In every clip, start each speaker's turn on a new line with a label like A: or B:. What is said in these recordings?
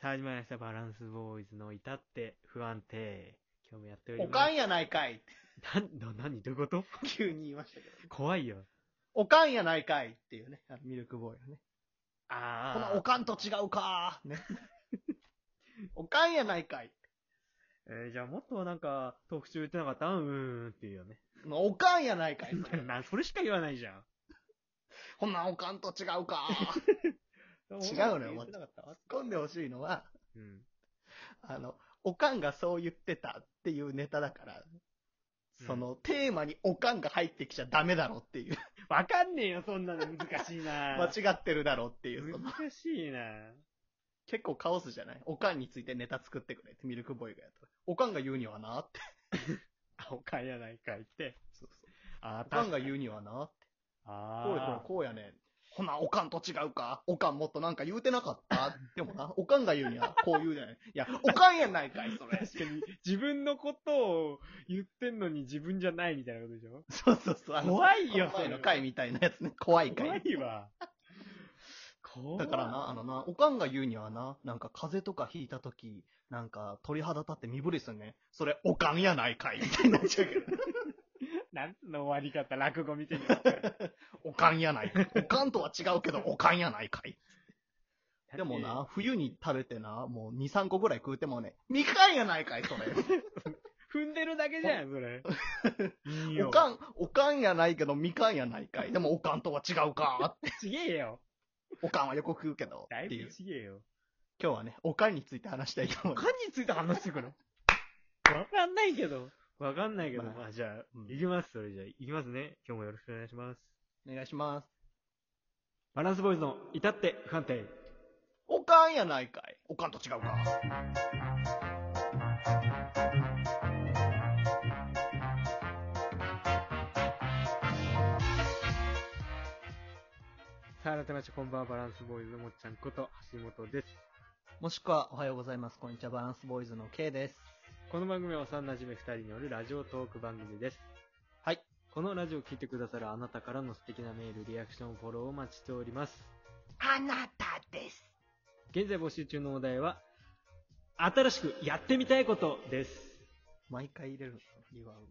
A: さあ始まりました。バランスボーイズの至って不安定。今日もやっており
B: お
A: ます。
B: かんやないかいって
A: なんの、何どういうこと
B: 急に言いましたけど。
A: 怖いよ。
B: おかんやないかいっていうね、あのミルクボーイのね。こ
A: ああ。
B: のおかんと違うかーね。おかんやないかい。
A: えーじゃあもっとなんか、特集言ってなかったうん、うーんっていうよね。
B: おかんやないかい。
A: な、それしか言わないじゃん。
B: こんなんおかんと違うかー。違うのよ
A: 言ってなかった
B: 突っ込んでほしいのは、
A: うん。
B: あの、おかんがそう言ってたっていうネタだから、その、テーマにおかんが入ってきちゃダメだろっていう、
A: わかんねえよ、そんなの難しいな
B: 間違ってるだろっていう、その
A: 難しいな
B: 結構カオスじゃないおかんについてネタ作ってくれってミルクボーイがやったら。おかんが言うにはなって。
A: あおかんやないかいって。
B: そうそう
A: あ
B: おかんが
A: う。
B: 言うにはなこう
A: ああ。
B: こうやねん。ほな、おかんと違うか。おかんもっとなんか言うてなかった。でも な、おかんが言うにはこう言うじゃない。いや、おかんやないかい、それ。
A: 確かに、自分のことを言ってんのに自分じゃないみたいなことでしょ
B: そうそうそう。あの
A: 怖いよ
B: この前
A: それ
B: の回みたいなやつね。怖い
A: 怖
B: 回。
A: いわ。 怖
B: だからな、あのな、おかんが言うにはな、なんか風邪とかひいたとき、なんか鳥肌立って身震いするね。それ、おかんやないか い、みたいになっちゃうけど。
A: なんつうの終わり方、落語みたいな。
B: おかんやないかい。おかんとは違うけど、おかんやないかい。でもな、冬に食べてな、もう2、3個ぐらい食うてもね、みかんやないかい、それ。
A: 踏んでるだけじゃん、そ れ。いい
B: おかん、おかんやないけど、みかんやないかい。でも、おかんとは違うか。
A: ちげえよ。
B: おかんはよく食うけど。
A: だい
B: って
A: ぶ
B: いう。
A: ちげえよ。
B: 今日はね、おかんについて話したいと思い
A: お
B: ま
A: か
B: す。
A: んについて話してくのわかんないけど。わかんないけど、
B: まあ
A: まあじゃあ、
B: うん
A: いきます。それじゃあ、いきますね。今日もよろしくお願いします。
B: お願いします。
A: バランスボーイズの至って不安定。
B: おかんやないかい。おかんと違うか。
A: さあ、改めまして、こんばんは、バランスボーイズのもっちゃんこと橋本です。
B: もしくは、おはようございます。こんにちは。バランスボーイズの K です。
A: この番組は幼馴染二人によるラジオトーク番組です。
B: はい。
A: このラジオを聞いてくださるあなたからの素敵なメール、リアクション、フォローをお待ちしております。
B: あなたです。
A: 現在募集中のお題は、新しくやってみたいことです。
B: 毎回入れるの言わんわ。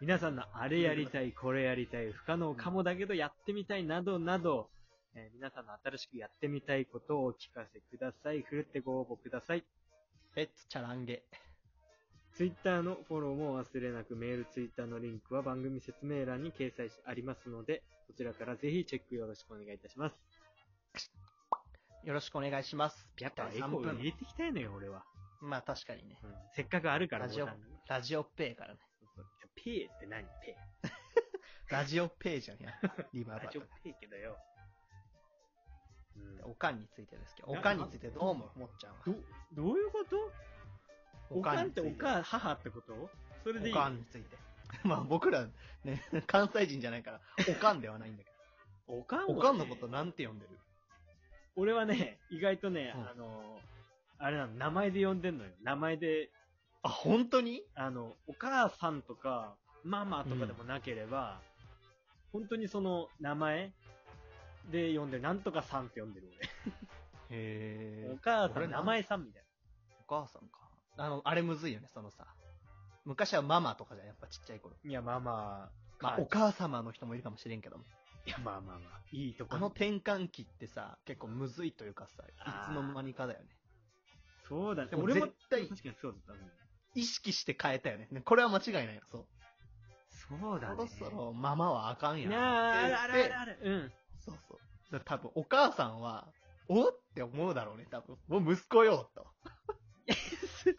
A: 皆さんのあれやりたい、これやりたい、不可能かもだけどやってみたいなどなど、えー皆さんの新しくやってみたいことをお聞かせください。ふるってご応募ください。
B: レッツチャランゲ。
A: ツイッターのフォローもお忘れなく、メール、ツイッターのリンクは番組説明欄に掲載してありますので、そちらからぜひチェックよろしくお願いいたします。
B: よろしくお願いします。ピャッと
A: エ
B: 3
A: コー入
B: 分。
A: れてきたいのよ、俺は。
B: まあ確かにね。
A: うんせっかくあるから、
B: ラジオ
A: ボタンが
B: ラジオペーからね。
A: ペーって何ペ
B: ラジオペーじゃんやっぱ。リバ
A: ー。
B: ー
A: ラ
B: バ
A: ジオ
B: ー
A: ペ。ーけどよ。うん
B: おかんについてですけど、おかんについてどう思うもっちゃんは。
A: ど、どういうことおかんってお
B: ん
A: かん、母ってことそれでいい
B: おかんについて。 まあ僕らね、 関西人じゃないから、おかんではないんだけ
A: おかんは
B: ど。
A: ね
B: おかんのことなんて呼んでる
A: 俺はね、意外とね、
B: うん
A: あの、あれなの、名前で呼んでんのよ。名前で、
B: あ、本当に
A: あの、お母さんとか、ママとかでもなければ、本当にその名前で呼んでる。なんとかさんって呼んでる
B: へ
A: 俺。
B: ー
A: お母さ
B: 俺
A: ん、
B: な
A: 名前さんみたい
B: お母さんか。あの、あれむずいよね、そのさ。昔はママとかじゃん、やっぱちっちゃい頃。
A: な。いや、ママ、
B: まあ、お母様の人もいるかもしれんけども。
A: いや、まあまあまあ、いいとこ
B: あの転換期ってさ、結構むずいというかさ、いつの間にかだよね。
A: そうだね。
B: でも
A: 俺も
B: 絶対
A: 確かにそうだったね。
B: 意識して変えたよね。ねこれは間違いないよ、そう。
A: そうだ
B: そ
A: ね。
B: ろそろママはあかんやん。
A: なあ、あるある
B: で
A: あるある。うん。
B: そうそう。だから多分お母さんは、おって思うだろうね、多分。もう息子よ、 と。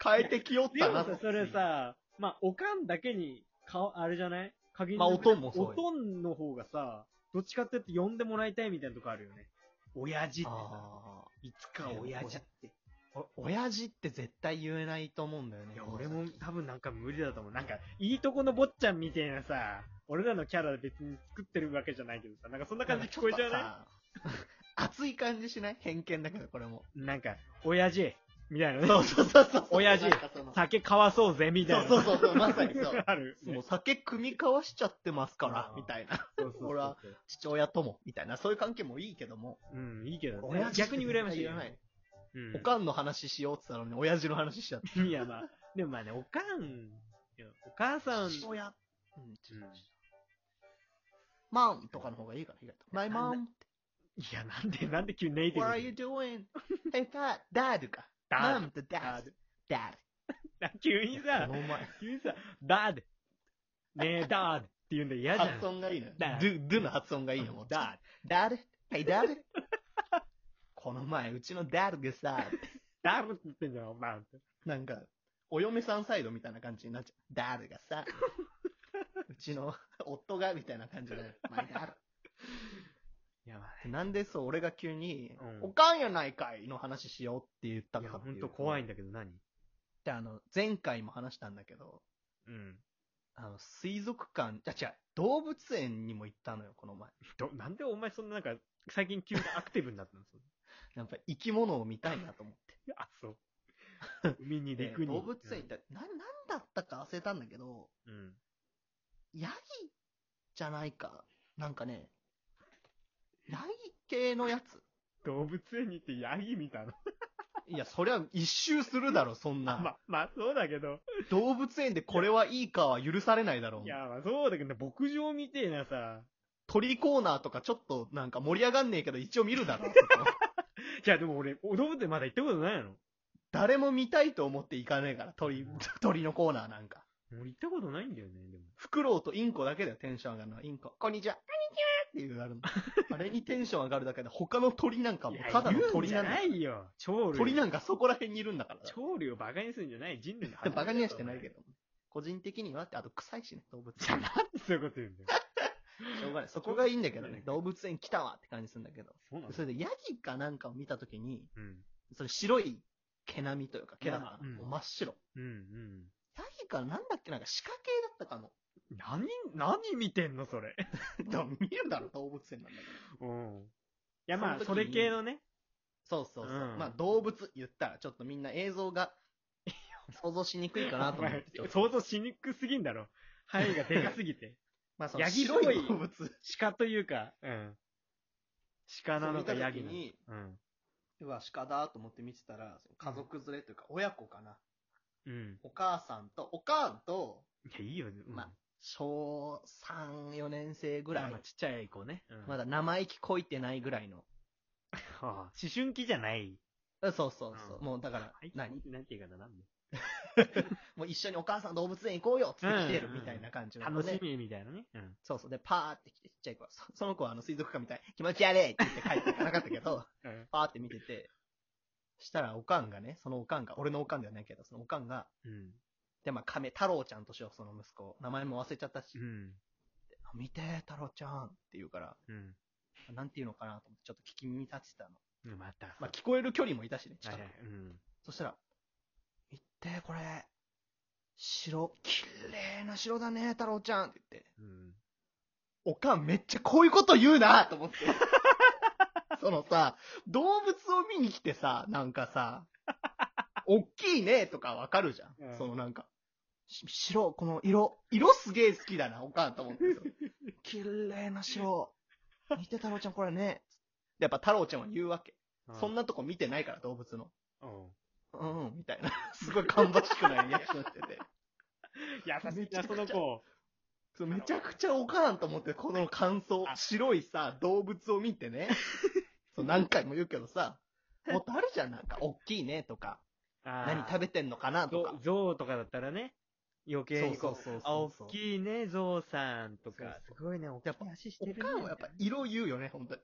B: 変えてきよっ
A: で
B: た
A: も
B: な
A: さ、それ。さ、まあ、おかんだけに、顔、あれじゃない鍵
B: まあ、おとんもそう
A: お
B: よ。
A: とんの方がさ、どっちかって言って呼んでもらいたいみたいなとこあるよね。親父ってさ、
B: あ
A: いつか親父って。
B: あ。お親父って絶対言えないと思うんだよね。
A: いや、俺も多分なんか無理だと思う。なんか、いいとこの坊ちゃんみたいなさ、俺らのキャラ別に作ってるわけじゃないけどさ、なんかそんな感じ聞こえちゃうね。
B: なんかちょっとさ熱い感じしない偏見だけど、これも。
A: なんか、親父、みたいなね。
B: そうそうそうそう。
A: 親父
B: なんかその
A: 酒交わそうぜ、みたいな。
B: そうそうそうそうまさにそう
A: ある。
B: もう酒組み交わしちゃってますか
A: あ
B: ら
A: ー、
B: みたいな。
A: そうそうそうそう
B: 俺は父親とも、みたいな。そういう関係もいいけども。
A: うん、いいけどね、
B: 親父って
A: 逆に羨ましいよ
B: 絶対言わない。
A: うん
B: おかんの話しようって言ったのに、親父の話しちゃって。
A: いや、まあ、でもまあね、おかん、いやお母さん、
B: 父親。うん、父親マンとかの方がいいから、意外と。My
A: あん
B: mom,
A: いや、なんで、なんで急にネイティ
B: what
A: ブ
B: are
A: に
B: you doing? Hey, dad, dad か。
A: Dad
B: mom と dad, dad.
A: 急にさ
B: こ、の前、
A: 急にさ、ダーで、ねえ、ダーでって言うんで嫌じゃん。
B: 発音がいいのよ。
A: Dad
B: do, do の発音がいいの、もう。dad, dad, hey dad. この前、うちの dad がさ、
A: ダーって言ってんじゃん、お前。
B: なんか、お嫁さんサイドみたいな感じになっちゃう。ダールが さ、うちの夫がみたいな感じで、まあ、ダー
A: いや、まあ
B: ルなんでそう、俺が急に、
A: うん
B: おかんやないかいの話しようって言った
A: い
B: か
A: や、
B: って
A: ほ
B: い
A: ん
B: う
A: と怖いんだけど、何
B: であの、前回も話したんだけど、
A: うん。
B: あの、水族館、じゃ違う、動物園にも行ったのよ、この前。
A: ど、なんでお前そんななんか、最近急にアクティブになったのその
B: やっぱ生き物を見たいなと思って。
A: あ、そう。海に
B: で
A: 陸に。
B: 動物園行ったら、な、なんだったか忘れたんだけど、
A: うん。
B: ヤギじゃないか。なんかね、ヤギ系のやつ。
A: 動物園に行ってヤギ見たの。
B: いや、そりゃ一周するだろ、そん
A: ま
B: な。
A: あ、まあそうだけど。
B: 動物園でこれはいいかは許されないだろ
A: いや、まあそうだけど、牧場みてえなさ。
B: 鳥コーナーとかちょっとなんか盛り上がんねえけど一応見るだ ろ。
A: いや、でも俺、動物園まだ行ったことないの。
B: 誰も見たいと思って行かねえから、鳥、鳥のコーナーなんか。
A: 俺行ったことないんだよね、でも。
B: フクロウとインコだけだよ、テンション上がるのは。インコ。こんにちは。こんにちはっていうあるの。あれにテンション上がるだけで、他の鳥なんかも
A: いうや
B: ただの鳥な
A: 言
B: んだ
A: うんじゃないよ。鳥類。
B: 鳥なんかそこら辺にいるんだから。
A: 鳥類をバカにするんじゃない人類の
B: バカにはしてないけ
A: ど。
B: ど。個人的にはって、あと臭いしね、動物
A: じゃあ
B: 園。
A: なんでそういうこと言うんだよ。
B: しょうがない。そこがいいんだけど
A: そうだ
B: ね
A: ね。
B: 動物園来たわって感じするんだけど。
A: そうなの
B: それでヤギかなんかを見たときに、
A: うん。
B: それ白い毛並みというか、毛だから、
A: うん
B: もう真っ白。
A: うんうん。
B: ヤギかなんだっけなんか鹿系だったかも。
A: 何、何見てんの、それ。
B: でも見るだろ、動物園なんだけど。
A: うん。いや、まあ、
B: そ
A: そ
B: の時
A: れ
B: に
A: 系のね。
B: そうそうそう。
A: うん
B: まあ動物言ったら、ちょっとみんな映 像が想像しにくいかなと思って。
A: お前想像しにくすぎんだろ。範囲がでかすぎ て。
B: まあその
A: ヤギっぽ
B: 白
A: い
B: い動物。
A: 鹿というか、うん。鹿なのか
B: そう見た
A: ヤ
B: 時
A: ギなのか。
B: に、
A: うん。
B: うわ、鹿だと思って見てたら、その家族連れというか親子かな。
A: うん。
B: お母さんと、おかんと、
A: いや、いいよ。うん
B: まあ、小3、4年生ぐらい
A: まあ、。ちっちゃい子ね。うん
B: まだ生意気こいてないぐらいの。
A: はあ思春期じゃない。
B: うんそうそうそう。
A: うん
B: もうだから、
A: はい
B: 何
A: なんていうかな、なんで。
B: もう一緒にお母さん動物園行こうよっつって来てるみたいな感じの子
A: 楽
B: で
A: しみみたいなね。うん。
B: そうそう。で、パーって来て、ちっちゃい子は、そその子はあの水族館みたい、気持ち悪いって言って帰っていかなかったけど、
A: うん。
B: パーって見てて、したらおかんがね、そのおかんが、俺のおかんではないけど、そのおかんが、
A: うん。
B: で、まあ、亀太郎ちゃんとしよう、その息子を。名前も忘れちゃったし、
A: うん。
B: あ見て、太郎ちゃんって言うから、
A: うん。
B: なんて言うのかなと思って、ちょっと聞き耳立てたの。
A: うんまた。
B: まあ、聞こえる距離もいたしね、
A: は
B: 近
A: い
B: く
A: はい。うん。
B: そしたら、見て、これ、白、綺麗な白だね、太郎ちゃんって言って、
A: うん。
B: おかんめっちゃこういうこと言うなと思って。 そのさ、動物を見に来てさ、なんかさ、おっきいねとかわかるじゃん。
A: うん
B: そのなんか、し白、この色、色すげえ好きだな、おかんと思ってさ。 綺麗な白。見て太郎ちゃんこれね。でやっぱ太郎ちゃんは言うわけ。そん
A: な。
B: なとこ見てないから、動物の。
A: うん。
B: うんうん、みたいな。 すごい芳しくないリアクションしてて。
A: 優しいな、その子。
B: そうめちゃくちゃおかんと思って、この感想。白いさ、動物を見て ね。そう、何回も言うけど さ、もっとあるじゃん、なんか、おっきいね、とか、何食
A: べ
B: べてんのかな、とか。
A: 象とかだったらね。余計にこう。
B: そう
A: あ、大
B: そうそう
A: きいね、ゾウさんとか。
B: そう
A: すごいね、大
B: やっぱ
A: 足し
B: おかんはやっぱ色言うよね、本当に。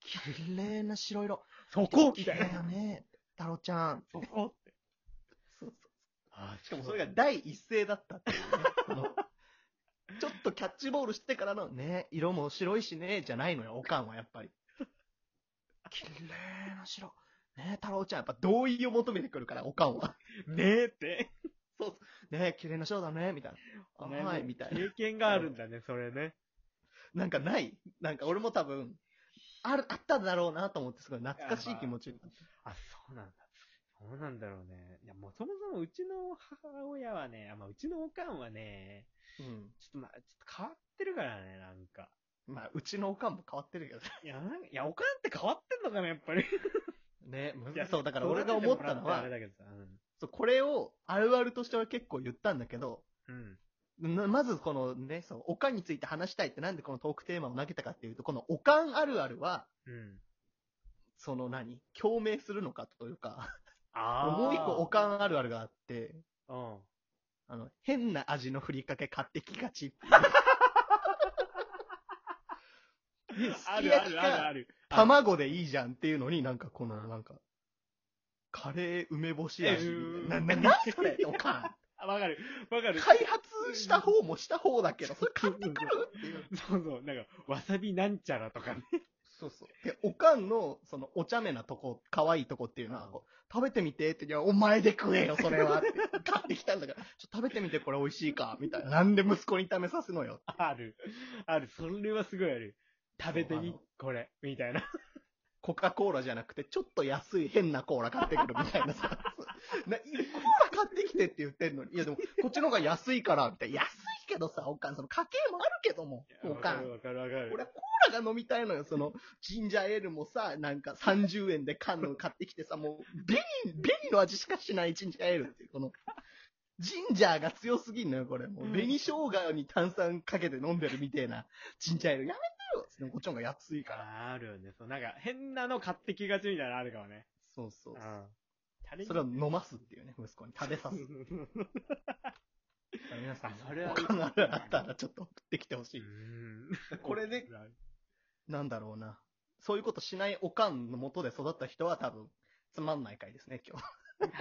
B: 綺麗な白色。
A: そこみ
B: 綺
A: たい
B: 麗
A: な。
B: だね、太郎ちゃん。
A: そこ
B: そうそう
A: あ
B: しかもそれが第一声だったっていうね、そのちょっとキャッチボールしてからのね、色も白いしね、じゃないのよ、おかんはやっぱり。綺麗な白。ね太郎ちゃん、やっぱ同意を求めてくるから、おかんは。
A: ねえって。
B: ね綺麗な白だね、みたいな。はい、みたいな。
A: 経験があるんだね、それね。
B: なんかないなんか俺も多分、ある、あったんだろうなと思って、すごい懐かしい気持ちになった。
A: あ、そうなんだ。そうなんだろうね。いや、もうそもそもうちの母親はね、あまあ、うちのおかんはね、
B: うん。
A: ちょっとまあ、ちょっと変わってるからね、なんか。
B: まあ、うちのおかんも変わってるけどね。
A: いや、なんかいや、おかんって変わってんのかな、やっぱり。
B: ね、
A: いや
B: そう、だから俺が思ったの
A: あ
B: は
A: れ、だけどさ、うん
B: そうこれをあるあるとしては結構言ったんだけど、
A: うん。
B: なまずこのね、そう、おかんについて話したいってなんでこのトークテーマを投げたかっていうと、このおかんあるあるは、
A: うん。
B: その何共鳴するのかというか、
A: あ
B: もう一個お
A: か
B: かんあるあるがあって、
A: うん。
B: あの、変な味のふりかけ買ってきがちっていう。
A: あ
B: き
A: るあ
B: 焼き
A: る
B: か
A: あるある。
B: 卵でいいじゃんっていうのになんかこの、なんか、カレー梅干し味みたいな。な、な、何それおかん。
A: あわかる。わかる。
B: 開発した方もした方だけど、それ買ってくるっていう。
A: そうそう。なんか、わさびなんちゃらとかね。
B: そうそう。で、おかんの、その、お茶目なとこ、可愛いとこっていうのは、
A: うん
B: こう食べてみてって、いや、お前で食えよ、それ は。って買ってきたんだから、ちょっと食べてみて、これ美味しいか、みたいな。なんで息子に食べさすのよ。
A: ある。ある。それはすごいある。食べて
B: そうあ
A: み
B: の、
A: これ。みたいな。
B: コカ・コーラじゃなくて、ちょっと安い変なコーラ買ってくるみたいなさ。 な、コーラ買ってきてって言ってんのに。いや、でも、こっちの方が安いから、みたいな。安いけどさ、おかん、その家計もあるけども、 お
A: わ
B: か
A: か
B: ん
A: る。わかるわかる。
B: 俺、コーラが飲みたいのよ。その、ジンジャーエールもさ、なんか30円で缶の買ってきてさ、もう、紅、紅の味しかしないジンジャーエールっていう、この、ジンジャーが強すぎんのよ、これ。もう、
A: うん
B: 紅生姜に炭酸かけて飲んでるみてえな、ジンジャーエール。やめてよでもこっちの方が安いから。
A: あるよね。そう、なんか、変なの買ってきがちみたいなのあるかもね。
B: そうそう
A: う。ん。タレ
B: それを飲ますっていうね、息子に。食べ さす。皆さんも
A: あそれは、
B: 他のあるあるあったらちょっと送ってきてほし
A: う
B: い。
A: ん。
B: こ れで、なんだろうな。そういうことしないおかんのもとで育った人は多分、つまんない回ですね、今日。
A: そうい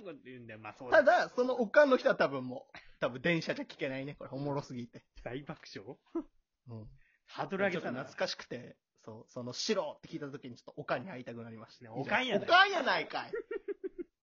A: うこと言うんだよ。まあ、そう
B: た
A: だ。
B: だ、そのおかんの人は多分もう、多分電車じゃ聞けないね。これおもろすぎて。
A: 大爆笑
B: うん。
A: ハード
B: ち
A: ル
B: ょ
A: 上
B: っ
A: げ
B: と
A: た
B: 懐
A: な。
B: かしくて、そう、その白って聞いた時にちょっとおかんに会いたくなりました。
A: ねおかんやない
B: おかんやないかい。